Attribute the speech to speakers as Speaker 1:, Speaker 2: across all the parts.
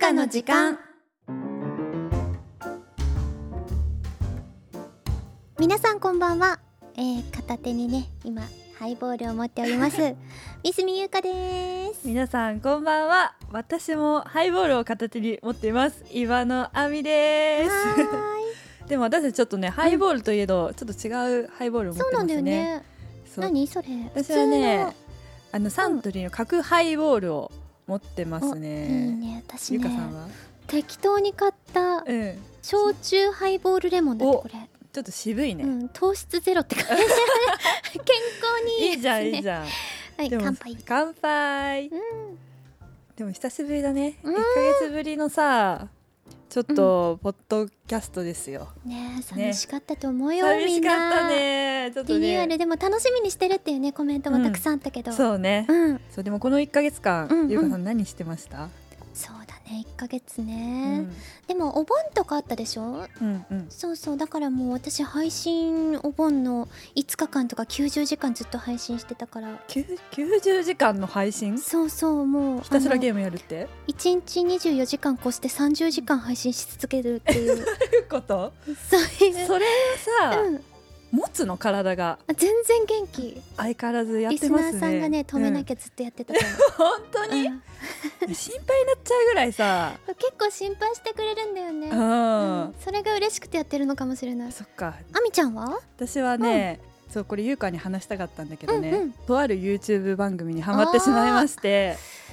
Speaker 1: たの時間皆さんこんばんは、えー、片手にね今ハイボールを持っております 三住優香です
Speaker 2: 皆さんこんばんは私もハイボールを片手に持っています岩野亜美です
Speaker 1: は
Speaker 2: でも私たちちょっとねハイボールといえど、ちょっと違うハイボールを
Speaker 1: ーい
Speaker 2: 持っ
Speaker 1: そう
Speaker 2: て
Speaker 1: な
Speaker 2: ま
Speaker 1: んだ
Speaker 2: すね
Speaker 1: よね
Speaker 2: そう
Speaker 1: 何それ
Speaker 2: 私はねあのサントリーの角ハイボールを持ってます
Speaker 1: 普
Speaker 2: ね
Speaker 1: 通のいいね私
Speaker 2: ゆかさん
Speaker 1: ね
Speaker 2: は
Speaker 1: 適当に買った
Speaker 2: うん
Speaker 1: 焼酎ハイボールレモンだって
Speaker 2: お
Speaker 1: これ
Speaker 2: ちょっと渋いね、
Speaker 1: うん、糖質ゼロって 感じ健康にいい
Speaker 2: いいじゃんいいじ
Speaker 1: ゃ
Speaker 2: ゃ
Speaker 1: ん
Speaker 2: ん
Speaker 1: はい
Speaker 2: でも
Speaker 1: 乾杯
Speaker 2: 乾杯、
Speaker 1: う
Speaker 2: でも久しぶりだね、
Speaker 1: うん
Speaker 2: 1ヶ月ぶりのさちょっとポッドキャストですよ、
Speaker 1: ねえ寂しかったと思うよ、
Speaker 2: 寂
Speaker 1: み
Speaker 2: し
Speaker 1: ん
Speaker 2: かった
Speaker 1: な
Speaker 2: ねちょっと
Speaker 1: リ
Speaker 2: ね
Speaker 1: ニューアルでも楽しみにしてるっていうねコメントもたくさんあったけど、うん、
Speaker 2: そうね、そうでもこの1ヶ月間、
Speaker 1: うんうん
Speaker 2: ゆうかさん何してました、
Speaker 1: そうだね1ヶ月
Speaker 2: う
Speaker 1: ね、
Speaker 2: ん
Speaker 1: でもお盆とかあったでしょ
Speaker 2: うんうん、
Speaker 1: そうそうだからもう私配信お盆の5日間とか90時間ずっと配信してたから
Speaker 2: きゅう90時間の配信
Speaker 1: そうそうもう
Speaker 2: ひたすらゲ
Speaker 1: ー
Speaker 2: ームやるってど
Speaker 1: 1日24時間越して30時間配信し続けるっていう
Speaker 2: ういうこと
Speaker 1: そうい う
Speaker 2: それはさ、
Speaker 1: うん、
Speaker 2: 持つの体が
Speaker 1: あ全然元気
Speaker 2: 相変わらずやっ
Speaker 1: リ
Speaker 2: て
Speaker 1: ス
Speaker 2: ま
Speaker 1: ナ
Speaker 2: すね
Speaker 1: ーさんがね止めなきゃずっとやってたから、
Speaker 2: うん本当に、
Speaker 1: うん
Speaker 2: 心配になっちゃうぐらいさ
Speaker 1: 結構心配してくれるんだよね、
Speaker 2: うん、
Speaker 1: うんそれが嬉しくてやってるのかもしれない
Speaker 2: そっか
Speaker 1: あみちゃんは
Speaker 2: 私はね、そうこれ優香に話したかったんだけどね、
Speaker 1: うんうん
Speaker 2: とある YouTube 番組にハマってしまいましてひ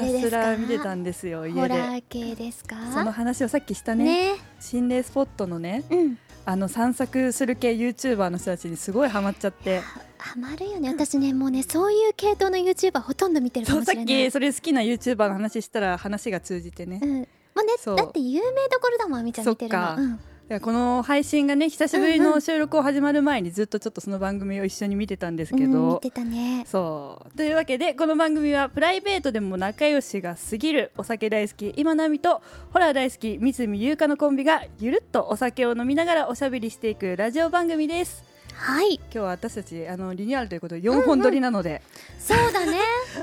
Speaker 2: た
Speaker 1: れですすから
Speaker 2: 見てたんですよ
Speaker 1: ホ
Speaker 2: 家
Speaker 1: ラ
Speaker 2: で
Speaker 1: ー系ですか
Speaker 2: その話をさっきしたね
Speaker 1: ね
Speaker 2: 心霊スポットのね
Speaker 1: うん
Speaker 2: あの散策する系 YouTuber の人たちにすごいハマっちゃって
Speaker 1: ハマるよね私ねもうねそういう系統の YouTuber ほとんど見てるか
Speaker 2: そう
Speaker 1: もし
Speaker 2: さ
Speaker 1: れ
Speaker 2: っ
Speaker 1: ない
Speaker 2: きそれ好きな YouTuber の話したら話が通じてね、
Speaker 1: う
Speaker 2: だか
Speaker 1: んまあね
Speaker 2: そう
Speaker 1: だって有名どころだもんあみちゃん見てるの
Speaker 2: そっか
Speaker 1: うん
Speaker 2: らこの配信がね久しぶりの収録を始まる前にずっとちょっとその番組を一緒に見てたんですけ
Speaker 1: うん、見
Speaker 2: ど、
Speaker 1: てたね
Speaker 2: そうというわけでこの番組はプライベートでも仲良しが過ぎるお酒大好き今奈美とホラー大好き三海優香のコンビがゆるっとお酒を飲みながらおしゃべりしていくラジオ番組です
Speaker 1: はい
Speaker 2: 今日は私たちあのリニューアルということで4本撮りなので、
Speaker 1: そう だね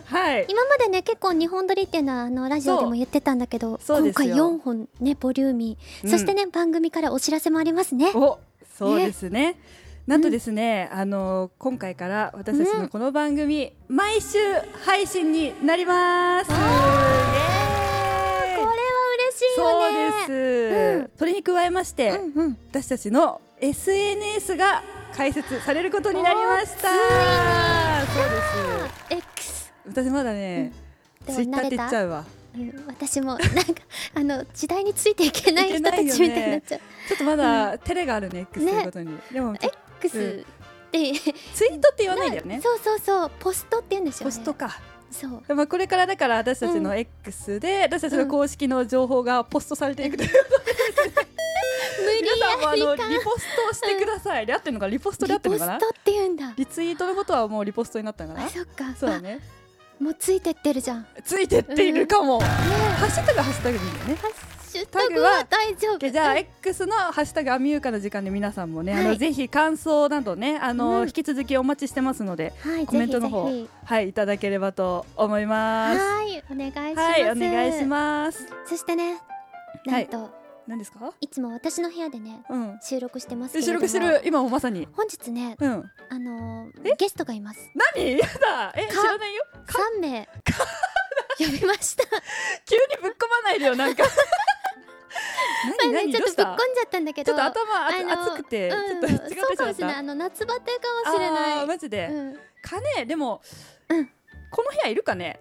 Speaker 2: はい
Speaker 1: 今までね結構2本撮りっていうのはあのラジオでも言ってたんだけど
Speaker 2: そうそう
Speaker 1: 今
Speaker 2: です
Speaker 1: 回
Speaker 2: よ
Speaker 1: 4本ねボリューミー、そしてね番組からお知らせもありますね
Speaker 2: おそうですねなんとですね、あの今回から私たちのこの番組、毎週配信になります、
Speaker 1: わ
Speaker 2: イエーイ
Speaker 1: これは嬉しい
Speaker 2: そ
Speaker 1: よ
Speaker 2: う
Speaker 1: ね
Speaker 2: です、
Speaker 1: うん
Speaker 2: それに加えまして、
Speaker 1: うんうん、
Speaker 2: 私たちの SNS が開設されることになりましたそうです
Speaker 1: X
Speaker 2: 私まだね、
Speaker 1: うん
Speaker 2: ツイッターって言っちゃうわ
Speaker 1: うん私もなんかあの時代についていけない人たちみたいになっちゃう、
Speaker 2: ちょっとまだ照れがあるね X ということに、でも
Speaker 1: X って、
Speaker 2: ツイートって言わないんだよね
Speaker 1: そうそうそうポストって言うんですよ
Speaker 2: ポ
Speaker 1: ね
Speaker 2: ストか、
Speaker 1: そう
Speaker 2: まあ、これからだから私たちの X で、私たちの公式の情報がポストされていくという、 皆さんもあ
Speaker 1: 無理や
Speaker 2: の
Speaker 1: りか
Speaker 2: リポストをしてください、で合ってるのかなリポストで合ってる
Speaker 1: リポ
Speaker 2: の
Speaker 1: ス
Speaker 2: か
Speaker 1: トっ
Speaker 2: な
Speaker 1: て言うんだ
Speaker 2: リツイートのことはもうリポストになったのか
Speaker 1: あ
Speaker 2: な
Speaker 1: そっか
Speaker 2: そうだね
Speaker 1: あもうついてってるじゃんね
Speaker 2: ついてっているかも、
Speaker 1: え
Speaker 2: ハッシュタグはハッシュタグでいいんだよね。
Speaker 1: ハッシュタグは大丈夫
Speaker 2: じゃあ
Speaker 1: うん
Speaker 2: X のハッシュタグアミユーカの時間で皆さんもね、あ
Speaker 1: は
Speaker 2: の
Speaker 1: い
Speaker 2: ぜひ感想などねあの、
Speaker 1: うん
Speaker 2: 引き続きお待ちしてますので
Speaker 1: はい
Speaker 2: コメントの方
Speaker 1: ぜひぜ
Speaker 2: はいいただければと思い
Speaker 1: ひ
Speaker 2: ます。
Speaker 1: はいお願いしま
Speaker 2: は
Speaker 1: す
Speaker 2: いお願いします。
Speaker 1: すそしてねなんと、
Speaker 2: 何ですか？
Speaker 1: い、つも私の部屋でね
Speaker 2: うん。
Speaker 1: 収録してますけ
Speaker 2: え
Speaker 1: れど
Speaker 2: 収
Speaker 1: も
Speaker 2: 録してる今もまさに。
Speaker 1: 本日ね
Speaker 2: うん。
Speaker 1: あの
Speaker 2: え
Speaker 1: ー、ゲストがいます
Speaker 2: 何やだえ
Speaker 1: か
Speaker 2: 知らないよ。
Speaker 1: 三名呼びました。
Speaker 2: 急にぶっ込まないでよなん か。何何
Speaker 1: ちょ
Speaker 2: ど
Speaker 1: っ
Speaker 2: う
Speaker 1: とぶっ
Speaker 2: し
Speaker 1: こ
Speaker 2: た
Speaker 1: ん？じゃったんだけ
Speaker 2: ち
Speaker 1: ど。
Speaker 2: ょっと頭あつ
Speaker 1: あの
Speaker 2: 熱くてちょっ
Speaker 1: う
Speaker 2: と
Speaker 1: ん
Speaker 2: 違ってし
Speaker 1: そうか
Speaker 2: ま
Speaker 1: も
Speaker 2: っ
Speaker 1: しれない。
Speaker 2: た
Speaker 1: あ。の夏バテかもしれない。
Speaker 2: あーマジで。
Speaker 1: うん。も
Speaker 2: かねでも、
Speaker 1: うん
Speaker 2: この部屋いるかね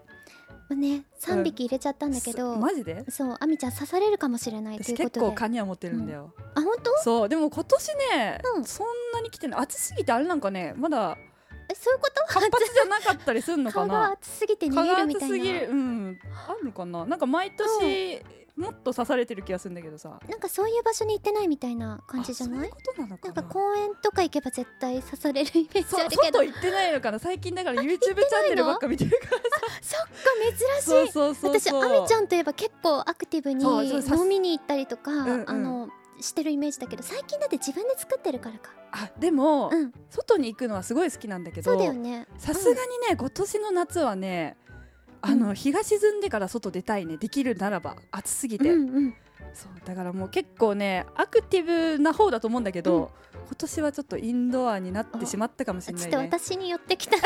Speaker 1: うね、三匹入れちゃったんだけど。
Speaker 2: すマジで
Speaker 1: そう、あみちゃん刺されるかもしれないと
Speaker 2: 私
Speaker 1: いうこ
Speaker 2: 結
Speaker 1: と
Speaker 2: 構
Speaker 1: で。
Speaker 2: カニは持ってるんだよ、
Speaker 1: あ、本当？
Speaker 2: そうでも今年ね、
Speaker 1: うん
Speaker 2: そんなに来てない暑すぎてあれなんかねまだ
Speaker 1: え、そういうこと？
Speaker 2: 活発じゃなかったりするのか
Speaker 1: 顔が
Speaker 2: な
Speaker 1: 熱すぎて逃
Speaker 2: 蚊
Speaker 1: げ
Speaker 2: が
Speaker 1: るみ
Speaker 2: 暑
Speaker 1: たい
Speaker 2: すぎ
Speaker 1: な。
Speaker 2: るうんあるのかななんか毎年、もっと刺されてる気がするんだけどさ
Speaker 1: なんかそういう場所に行ってないみたいな感じじゃ
Speaker 2: あそう？
Speaker 1: ないいう
Speaker 2: ことなのか
Speaker 1: なん
Speaker 2: な
Speaker 1: か公園とか行けば絶対刺されるイメージ
Speaker 2: そ
Speaker 1: あるけど、
Speaker 2: 外行ってないのかな最近だから YouTube チャンネルばっか見てるから
Speaker 1: そっか珍しい。
Speaker 2: そうそうそう
Speaker 1: 私
Speaker 2: そ
Speaker 1: あ
Speaker 2: う
Speaker 1: みちゃんといえば結構アクティブに
Speaker 2: そうそうさす
Speaker 1: 飲みに行ったりとか、
Speaker 2: んうん
Speaker 1: あのしてるイメージだけど最近だって自分で作ってるからか
Speaker 2: あでも、
Speaker 1: うん
Speaker 2: 外に行くのはすごい好きなんだけど
Speaker 1: そうだよね
Speaker 2: さすがにね、今年の夏はねあの日が沈んでから外出たいねできるならば暑すぎて、
Speaker 1: うんうん
Speaker 2: そうだからもう結構ねアクティブな方だと思うんだけど、今年はちょっとインドアになってしまったかもし
Speaker 1: あ
Speaker 2: れな
Speaker 1: ちょ
Speaker 2: い
Speaker 1: っと
Speaker 2: ね。
Speaker 1: 私に寄ってきた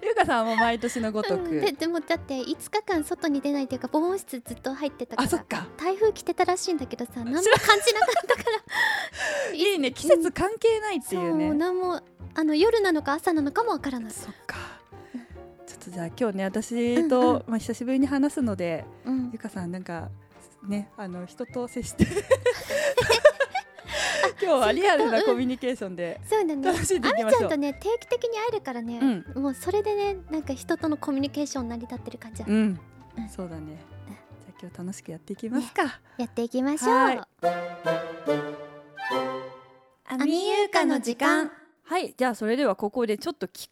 Speaker 2: ゆかさんはもう毎年のごとく、
Speaker 1: うんででもだって5日間外に出ないというか防音室ずっと入ってたか
Speaker 2: あそっ
Speaker 1: ら
Speaker 2: か
Speaker 1: 台風来てたらしいんだけどさ何も感
Speaker 2: 知ら
Speaker 1: じなかったから
Speaker 2: いいね季節関係ない っていうね、
Speaker 1: そう何もあの夜なのか朝なのかもわからない、
Speaker 2: そっかちょっとじゃあ今日ね私と、
Speaker 1: うんうん
Speaker 2: まあ、久しぶりに話すので
Speaker 1: うん
Speaker 2: ゆ、かさんなんかねあの人と接して 今日はリアルなコミュニケーションで
Speaker 1: そうだね
Speaker 2: 楽しんでいきま
Speaker 1: あみち
Speaker 2: し
Speaker 1: ゃ
Speaker 2: ょ
Speaker 1: ん
Speaker 2: う
Speaker 1: と。ね定期的に会えるからね、もうそれでねなんか人とのコミュニケーション成り立ってる感じある
Speaker 2: うん、
Speaker 1: うん
Speaker 2: そうだね。じゃあ今日楽しくやっていきますか。
Speaker 1: やっていきましょう
Speaker 2: はい
Speaker 1: アミユーカの時間
Speaker 2: はい、じゃあそれではここでちょっと企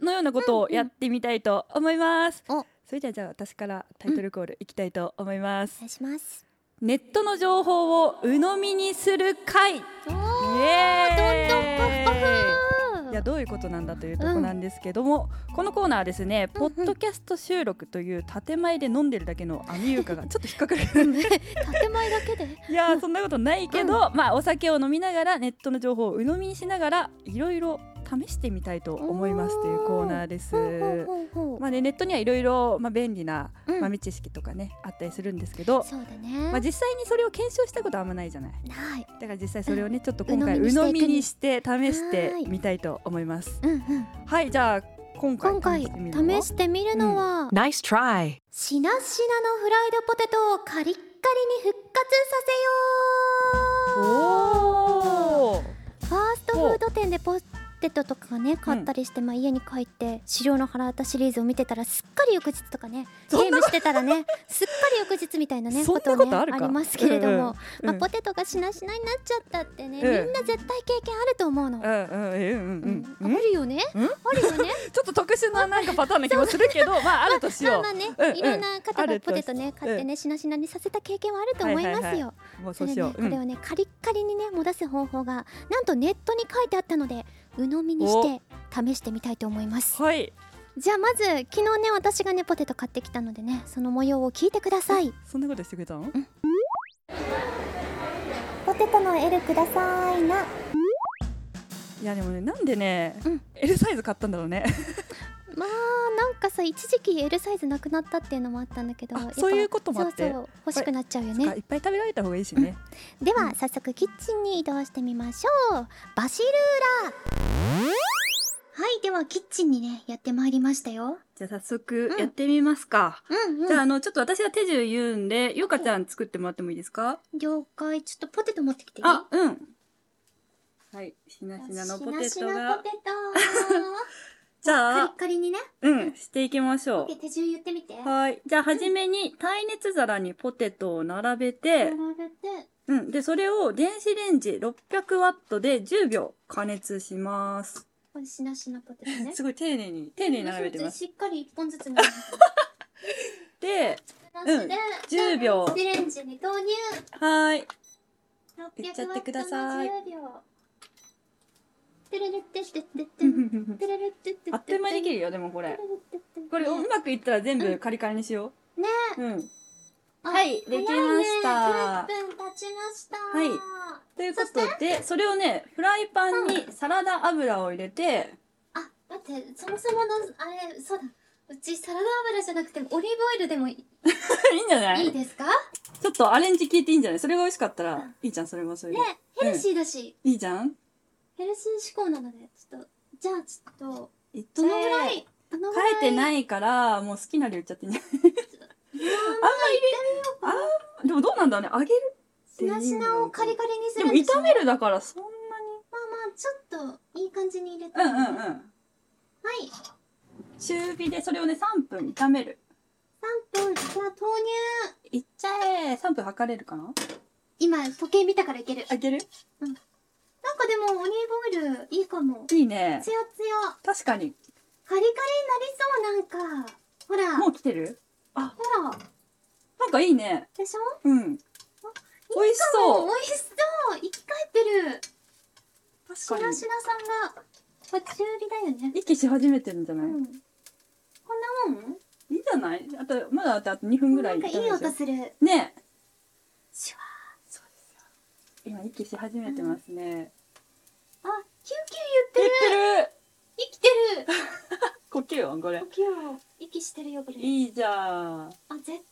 Speaker 2: 画のようなことをやってみたいと思います。
Speaker 1: お
Speaker 2: それじゃあじゃあ私からタイトルコールいきたいと思いま
Speaker 1: お
Speaker 2: す。
Speaker 1: 願いします
Speaker 2: ネットの情報を鵜呑みにする会。イ
Speaker 1: おー
Speaker 2: エーイ。
Speaker 1: どんどんパフ
Speaker 2: いやどういうことなんだというとこなんですけども、このコーナーはですね、
Speaker 1: うんうん
Speaker 2: ポッドキャスト収録という建前で飲んでるだけのアミユー カがちょっと引っかかる
Speaker 1: 建前だけで
Speaker 2: いやーそんなことないけど、まあお酒を飲みながらネットの情報を鵜呑みにしながらいろいろ試してみたいと思います
Speaker 1: おー
Speaker 2: というコーナーです
Speaker 1: ほ。うほうほうほう、
Speaker 2: まあね、ネットにはいろいろまあ便利な
Speaker 1: うん
Speaker 2: 豆知識とかね、あったりするんですけど、
Speaker 1: そうだね、
Speaker 2: まあ、実際にそれを検証したことはあんまないじゃない
Speaker 1: ない
Speaker 2: だから実際それをねちょっと今回
Speaker 1: 鵜
Speaker 2: 鵜呑
Speaker 1: 呑
Speaker 2: み
Speaker 1: み
Speaker 2: に
Speaker 1: に
Speaker 2: して試して
Speaker 1: はい
Speaker 2: みたいと思います
Speaker 1: うんうん
Speaker 2: はいじゃあ今回
Speaker 1: 今回
Speaker 2: 試してみるのは
Speaker 1: 試してみるのは、
Speaker 3: Nice try.
Speaker 1: しなしなのフライドポテトをカリッカリに復活させよ
Speaker 2: おー
Speaker 1: うファーストフード店でポテトとかね買ったりして、まあ、家に帰って「資料の腹渡シリーズを見てたらすっかり翌日とかねゲ
Speaker 2: そん
Speaker 1: ー
Speaker 2: な
Speaker 1: ムしてたらねすっかり翌日みたいなね
Speaker 2: そんな
Speaker 1: こと
Speaker 2: こ
Speaker 1: ね
Speaker 2: とあるか
Speaker 1: りますけれども、
Speaker 2: うんうん
Speaker 1: まあ、
Speaker 2: うん
Speaker 1: ポテトがしなしなになっちゃったってね、
Speaker 2: うん
Speaker 1: みんな絶対経験あると思うの。
Speaker 2: うんうんうん
Speaker 1: う
Speaker 2: うん
Speaker 1: ん
Speaker 2: うん
Speaker 1: あるよね
Speaker 2: うん
Speaker 1: あるよね
Speaker 2: ちょっと特殊ななんかパターンな気もするけど、 まああるとし
Speaker 1: まあ
Speaker 2: よ
Speaker 1: まあね、
Speaker 2: うんうん
Speaker 1: いろんな方
Speaker 2: あ
Speaker 1: が
Speaker 2: ると
Speaker 1: ポテトね買ってねしなしなにさせた経験はあると思いますよ、
Speaker 2: はいはいはう。もうそ
Speaker 1: そうれ
Speaker 2: し
Speaker 1: で
Speaker 2: よ
Speaker 1: ね、
Speaker 2: う。
Speaker 1: これをね、カリッカリにね戻す方法がなんとネットに書いてあったので鵜呑みにして試してみたいと思います
Speaker 2: うんはい。
Speaker 1: じゃあまず昨日ね私がねポテト買ってきたのでねその模様を聞いてください
Speaker 2: そんなことしてくれたの？
Speaker 1: ポテトの L くださいない
Speaker 2: やでもねなんでね
Speaker 1: うん、
Speaker 2: L サイズ買ったんだろうね。
Speaker 1: まあなんかさ一時期 L サイズなくなったっていうのもあったんだけど
Speaker 2: あ
Speaker 1: やっぱ
Speaker 2: そういうこともあって
Speaker 1: そうそう欲しくなっちゃうよ
Speaker 2: そっか
Speaker 1: ね
Speaker 2: いっぱい食べられた方がいいしね。
Speaker 1: では早速キッチンに移動してみましょうバシルーラはいではキッチンにねやってまいりましたよ
Speaker 2: じゃあ早速やってみますか。
Speaker 1: うんうん
Speaker 2: じゃああのちょっと私が手順言うんで、ゆうかちゃん作ってもらってもいいですか？
Speaker 1: 了解ちょっとポテト持ってきていい
Speaker 2: あ、うん。はい、しなしなのポテ
Speaker 1: し
Speaker 2: ト
Speaker 1: なしな
Speaker 2: が
Speaker 1: ポテト
Speaker 2: じゃ
Speaker 1: カリ
Speaker 2: あ
Speaker 1: ッカリにね
Speaker 2: うんしていきましょ
Speaker 1: オッケー手順言ってみて
Speaker 2: う。はい。じゃあ、はじめに耐熱皿にポテトを並べて、
Speaker 1: 並べて
Speaker 2: うん。で、それを電子レンジ600ワットで10秒加熱します。
Speaker 1: これしなしなポテトね
Speaker 2: すごい丁寧に、丁寧に並べてます。
Speaker 1: しっかり一本ずつ並べて
Speaker 2: で、
Speaker 1: なしで
Speaker 2: 10秒
Speaker 1: 電子レンジに投入
Speaker 2: はーい。
Speaker 1: 600
Speaker 2: いっちゃってください
Speaker 1: ワットの10秒てれれってってってっててれれってっ て
Speaker 2: あっという間にでき
Speaker 1: る
Speaker 2: るよ、でもこれ。こ
Speaker 1: こ
Speaker 2: れ、うまくいったら全部カリカリにしよう。
Speaker 1: ね
Speaker 2: うん。はいできました
Speaker 1: 1分経ちました
Speaker 2: はいということで、それをね、フライパンにサラダ油を入れ て、
Speaker 1: あ、待って、そもそもの、あれ、そうだ。うちサラダ油じゃなくてオリーブオイルでもいい
Speaker 2: いいんじゃない
Speaker 1: い
Speaker 2: い
Speaker 1: いですか
Speaker 2: ちょっとアレンジ効いていいんじゃないそれが美味しかったら、いいじゃん、それもそれで
Speaker 1: ね。、ヘルシーだし、
Speaker 2: いいじゃん
Speaker 1: ヘルシー志向なので、ちょっと、じゃあちょっと、
Speaker 2: えっと
Speaker 1: ど
Speaker 2: ね
Speaker 1: のぐらい、どのぐらい
Speaker 2: 書いてないから、もう好きな量言っちゃってんじゃない あんまり、あんでもどうなんだろうね、揚げる
Speaker 1: しなしなをカリカリにす
Speaker 2: で
Speaker 1: る
Speaker 2: も
Speaker 1: んでしょ
Speaker 2: 炒めるだからそん
Speaker 1: まあまあ、ちょっと、いい感じに入れて。
Speaker 2: なに。うん
Speaker 1: は
Speaker 2: うんうん。
Speaker 1: い。
Speaker 2: 中火でそれをね、3分炒める。
Speaker 1: 3分、じゃあ投入。
Speaker 2: いっちゃえ。3分測れるかな
Speaker 1: 今、時計見たからいける。
Speaker 2: あげる
Speaker 1: なんかでも、オリーブオイル、いいかも。
Speaker 2: いいね
Speaker 1: つ。よつよ。
Speaker 2: 確かに。
Speaker 1: カリカリになりそう、なんか。ほら、
Speaker 2: もう来てる
Speaker 1: ほら、
Speaker 2: なんかいいね。
Speaker 1: でしょ
Speaker 2: うん。美味しそう。
Speaker 1: 美味しそう生き返ってるし
Speaker 2: 確か
Speaker 1: ら
Speaker 2: に。
Speaker 1: しらさんがこれ中火だよね
Speaker 2: 息し始めてるんじゃない、
Speaker 1: うんこんなもん
Speaker 2: ゃないあとまだあとあと2分ぐら
Speaker 1: なん
Speaker 2: い
Speaker 1: かい
Speaker 2: たで
Speaker 1: い
Speaker 2: しょ
Speaker 1: 音する。
Speaker 2: ねえ
Speaker 1: シュワ
Speaker 2: そうですよ今息し始めてますね、
Speaker 1: ーあ、キュンキュン言ってる。
Speaker 2: 言ってる
Speaker 1: 生きてる。
Speaker 2: 呼吸音これ
Speaker 1: 呼吸を息してるよこれ。
Speaker 2: いいじゃん
Speaker 1: あ、絶対美味し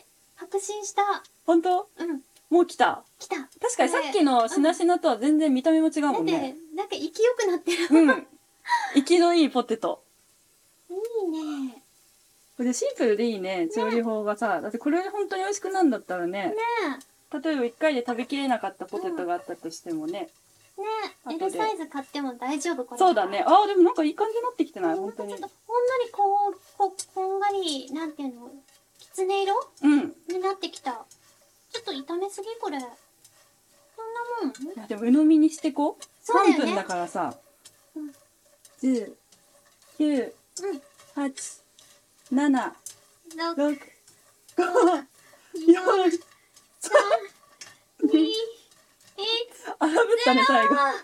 Speaker 1: い。確信した。
Speaker 2: 本当
Speaker 1: うん、
Speaker 2: もう来た
Speaker 1: 来た。
Speaker 2: 確かにさっきのしなしなとは全然見た目も違う
Speaker 1: だ
Speaker 2: も
Speaker 1: っ
Speaker 2: ん
Speaker 1: て
Speaker 2: ね、
Speaker 1: なんか勢いよくなってる。
Speaker 2: うん生きのいいポテト
Speaker 1: いいね。
Speaker 2: これシンプルでいいね調理法がさ、だってこれ本当に美味しくなんだったらね
Speaker 1: ね
Speaker 2: 例えば1回で食べきれなかったポテトがあったとしてもね、
Speaker 1: え、ねえ、
Speaker 2: 後
Speaker 1: L
Speaker 2: で
Speaker 1: サイズ買っても大丈夫これ。
Speaker 2: そうだね。ああでもなんかいい感じになってきてない
Speaker 1: なん
Speaker 2: 本
Speaker 1: か
Speaker 2: 当
Speaker 1: ち
Speaker 2: に
Speaker 1: ょっとほんのりこう、こ、こんがり、なんていうの、きつね色
Speaker 2: うん
Speaker 1: になってきた。ちょっと炒めすぎこれ。そんなもん
Speaker 2: いやでも鵜呑みにしてこう
Speaker 1: そうだよ
Speaker 2: 3
Speaker 1: ね
Speaker 2: 分だからさ、
Speaker 1: うん
Speaker 2: 十九
Speaker 1: うん。
Speaker 2: 八七
Speaker 1: 六、
Speaker 2: 六五
Speaker 1: 二、
Speaker 2: 四
Speaker 1: 三、二、一、
Speaker 2: あぶったね最後は
Speaker 1: よ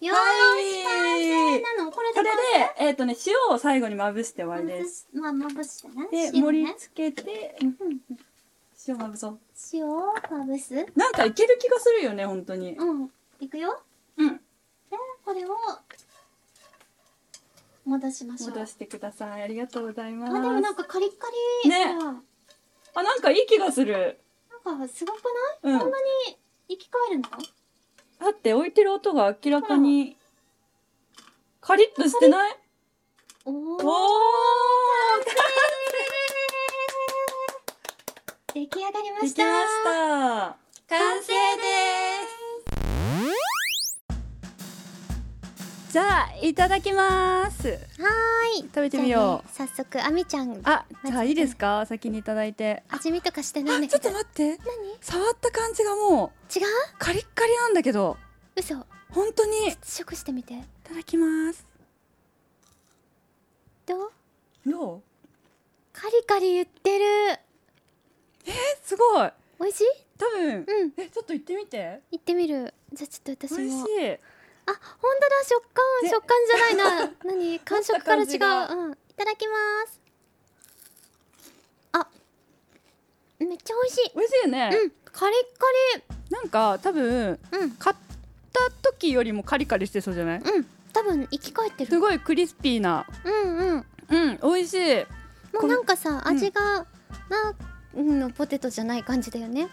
Speaker 1: ーし
Speaker 2: い
Speaker 1: なのこれで
Speaker 2: これでえっ、とね塩を最後にまぶして終わりです
Speaker 1: まあ、まぶしてね。
Speaker 2: で
Speaker 1: 塩
Speaker 2: 盛り
Speaker 1: ね。
Speaker 2: 付けて
Speaker 1: うん。
Speaker 2: 塩まぶそう
Speaker 1: 塩をまぶす。
Speaker 2: なんかいける気がするよね本当に
Speaker 1: うん。いくよ。
Speaker 2: うん
Speaker 1: で、これを、戻しましょう。
Speaker 2: 戻してくださいありがとうございま
Speaker 1: あ、
Speaker 2: す
Speaker 1: でもなんかカリッカリ。
Speaker 2: ね
Speaker 1: ほ
Speaker 2: あなんかいい気がする
Speaker 1: らなんかすごく
Speaker 2: う
Speaker 1: ない
Speaker 2: ん
Speaker 1: こんなに生き返るの
Speaker 2: だって置いてる音が明らかにカリッとしてない
Speaker 1: お
Speaker 2: おー
Speaker 1: ー。出来上がりま
Speaker 2: で
Speaker 1: し。
Speaker 2: きましたた
Speaker 1: 完成
Speaker 2: すじゃあいただきます
Speaker 1: す。はーい。
Speaker 2: 食べてみよう
Speaker 1: じゃあね早速、あみちゃん、
Speaker 2: あじゃあいいですか先にいただいて
Speaker 1: 味見とかしてないん
Speaker 2: ちょ
Speaker 1: だけ
Speaker 2: っと
Speaker 1: ど。
Speaker 2: 待って
Speaker 1: 何違う
Speaker 2: 触った感じがもうカリッカリなんだけど
Speaker 1: 嘘。
Speaker 2: 本当にい
Speaker 1: 食してみて。
Speaker 2: ただきます
Speaker 1: どう
Speaker 2: どう
Speaker 1: カリカリ言ってる。
Speaker 2: えすごい
Speaker 1: 美味しい
Speaker 2: 多分
Speaker 1: うん。
Speaker 2: えちょっと行ってみて
Speaker 1: 行ってみる。じゃあちょっと
Speaker 2: 美
Speaker 1: 私
Speaker 2: 味し
Speaker 1: も。
Speaker 2: い
Speaker 1: あ、本当だ。食感、
Speaker 2: ね
Speaker 1: 食感じ ゃないな。何感触から違
Speaker 2: 持った感じ
Speaker 1: う。うん。いただきます。あ、めっちゃ美味しい。
Speaker 2: 美味しいよね、
Speaker 1: うん。カリッ
Speaker 2: なんか多分
Speaker 1: カリ。うん。
Speaker 2: 買った時よりもカリカリしてそうじゃない
Speaker 1: うん。多分生き返って
Speaker 2: す
Speaker 1: る。
Speaker 2: ごいクリスピーな
Speaker 1: うんうん。
Speaker 2: うん美味しい
Speaker 1: も
Speaker 2: こ
Speaker 1: うんなんかさ、
Speaker 2: うん
Speaker 1: 味が、な、のポテトじゃない感じだよね。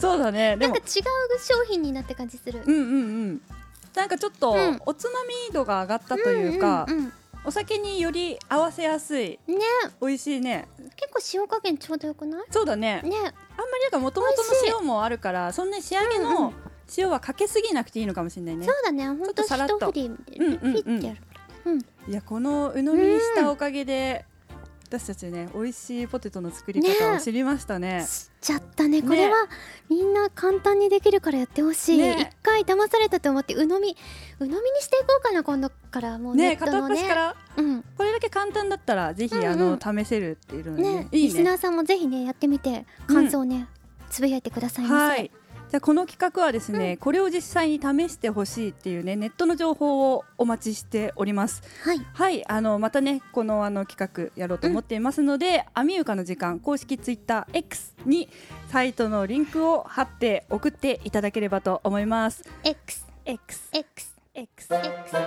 Speaker 2: そうだねで
Speaker 1: なん
Speaker 2: も
Speaker 1: か違う商品になって感じする。
Speaker 2: うんうんうんなんかちょっと
Speaker 1: うん
Speaker 2: おつまみ度が上がったというか、
Speaker 1: んうんうん
Speaker 2: お酒により合わせやすい
Speaker 1: ね
Speaker 2: 美味しいね
Speaker 1: 結構塩加減ちょうどよくない
Speaker 2: そうだね
Speaker 1: ね
Speaker 2: あんまりなんかもともとの
Speaker 1: 美味しい
Speaker 2: 塩もあるからそんなに仕上げ
Speaker 1: うんう
Speaker 2: の塩はかけすぎなくていいのかもしれないね
Speaker 1: そう、だねほんと
Speaker 2: さらっと
Speaker 1: 一振りピ
Speaker 2: うんうんうん
Speaker 1: ッてやる
Speaker 2: いやこのうのみにしたおかげで、私たちね美味しいポテトの作り方を知りましたね
Speaker 1: しちゃったねこれはみんな簡単にできるからやってほしい
Speaker 2: ね
Speaker 1: 一回騙されたと思ってうのみうのみにしていこうかな今度からもうネ
Speaker 2: ね
Speaker 1: ット
Speaker 2: 片
Speaker 1: の
Speaker 2: っ端
Speaker 1: ね
Speaker 2: から
Speaker 1: うん
Speaker 2: これだけ簡単だったらぜひ、
Speaker 1: うんうん
Speaker 2: あの試せるっていうのでね
Speaker 1: ね
Speaker 2: い
Speaker 1: リ
Speaker 2: い
Speaker 1: ス
Speaker 2: ね
Speaker 1: ナーさんもぜひねやってみて感想をねつぶやいてくださいま
Speaker 2: は
Speaker 1: せ
Speaker 2: いじゃあこの企画はですね、これを実際に試してほしいっていうねネットの情報をお待ちしております
Speaker 1: はい
Speaker 2: はいあのまたねこのあの企画やろうと思っていますので「アミウカの時間」公式ツイッター X にサイトのリンクを貼って送っていただければと思います
Speaker 1: X
Speaker 2: X
Speaker 1: X
Speaker 2: X
Speaker 1: X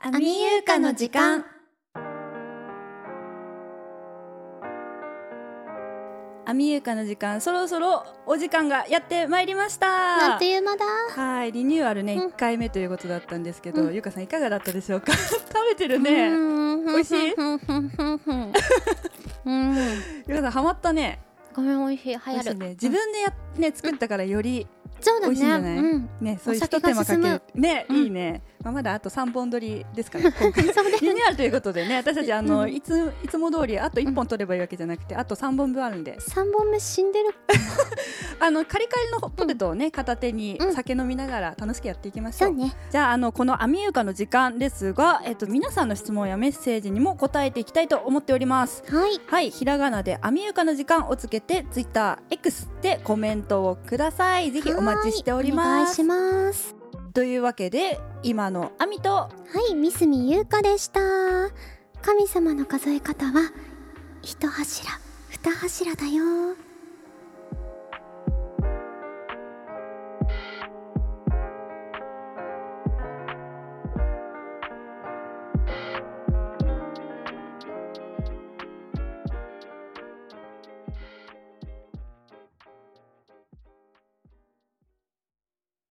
Speaker 2: ア
Speaker 1: ミユーカの時間
Speaker 2: アミユーカの時間そろそろお時間がやってまいりました
Speaker 1: あっという間だ
Speaker 2: はいリニューアルね
Speaker 1: うん
Speaker 2: 1回目ということだったんですけど、
Speaker 1: うん
Speaker 2: ゆうかさんいかがだったでしょうか 食べてるね、
Speaker 1: うん
Speaker 2: 美味しい
Speaker 1: うんうん
Speaker 2: ゆうかさんハマったね
Speaker 1: ごめん美味しい流行
Speaker 2: 私
Speaker 1: る
Speaker 2: ね自分でやっね作ったからより
Speaker 1: そうだ
Speaker 2: 美味しいんじゃない
Speaker 1: ねうん
Speaker 2: ねそういう
Speaker 1: お
Speaker 2: 一
Speaker 1: 酒
Speaker 2: 手
Speaker 1: が
Speaker 2: 間かけ
Speaker 1: 進む
Speaker 2: るね、
Speaker 1: うん
Speaker 2: いいね、まあ、まだあと3本撮りですから今 回リニューアルということでね私たちあの、
Speaker 1: うん
Speaker 2: いついつも通りあと1本撮ればいいわけじゃなくてあと3本分あるんで
Speaker 1: 三本目死んでる
Speaker 2: あのカリカリのポテトをね、片手に
Speaker 1: うん
Speaker 2: 酒飲みながら楽しくやっていきましょ、
Speaker 1: そううね
Speaker 2: じゃああのこの「アミユカの時間」ですが、えっと、皆さんの質問やメッセージにも答えていきたいと思っております
Speaker 1: はい
Speaker 2: はいひらがなで「アミユカの時間」をつけてツイッター X でコメントをくださいぜひお待ちしておりま
Speaker 1: は
Speaker 2: す
Speaker 1: いお願いします
Speaker 2: というわけで今のアミと
Speaker 1: はいミスミユウカでした神様の数え方は一柱二柱だよ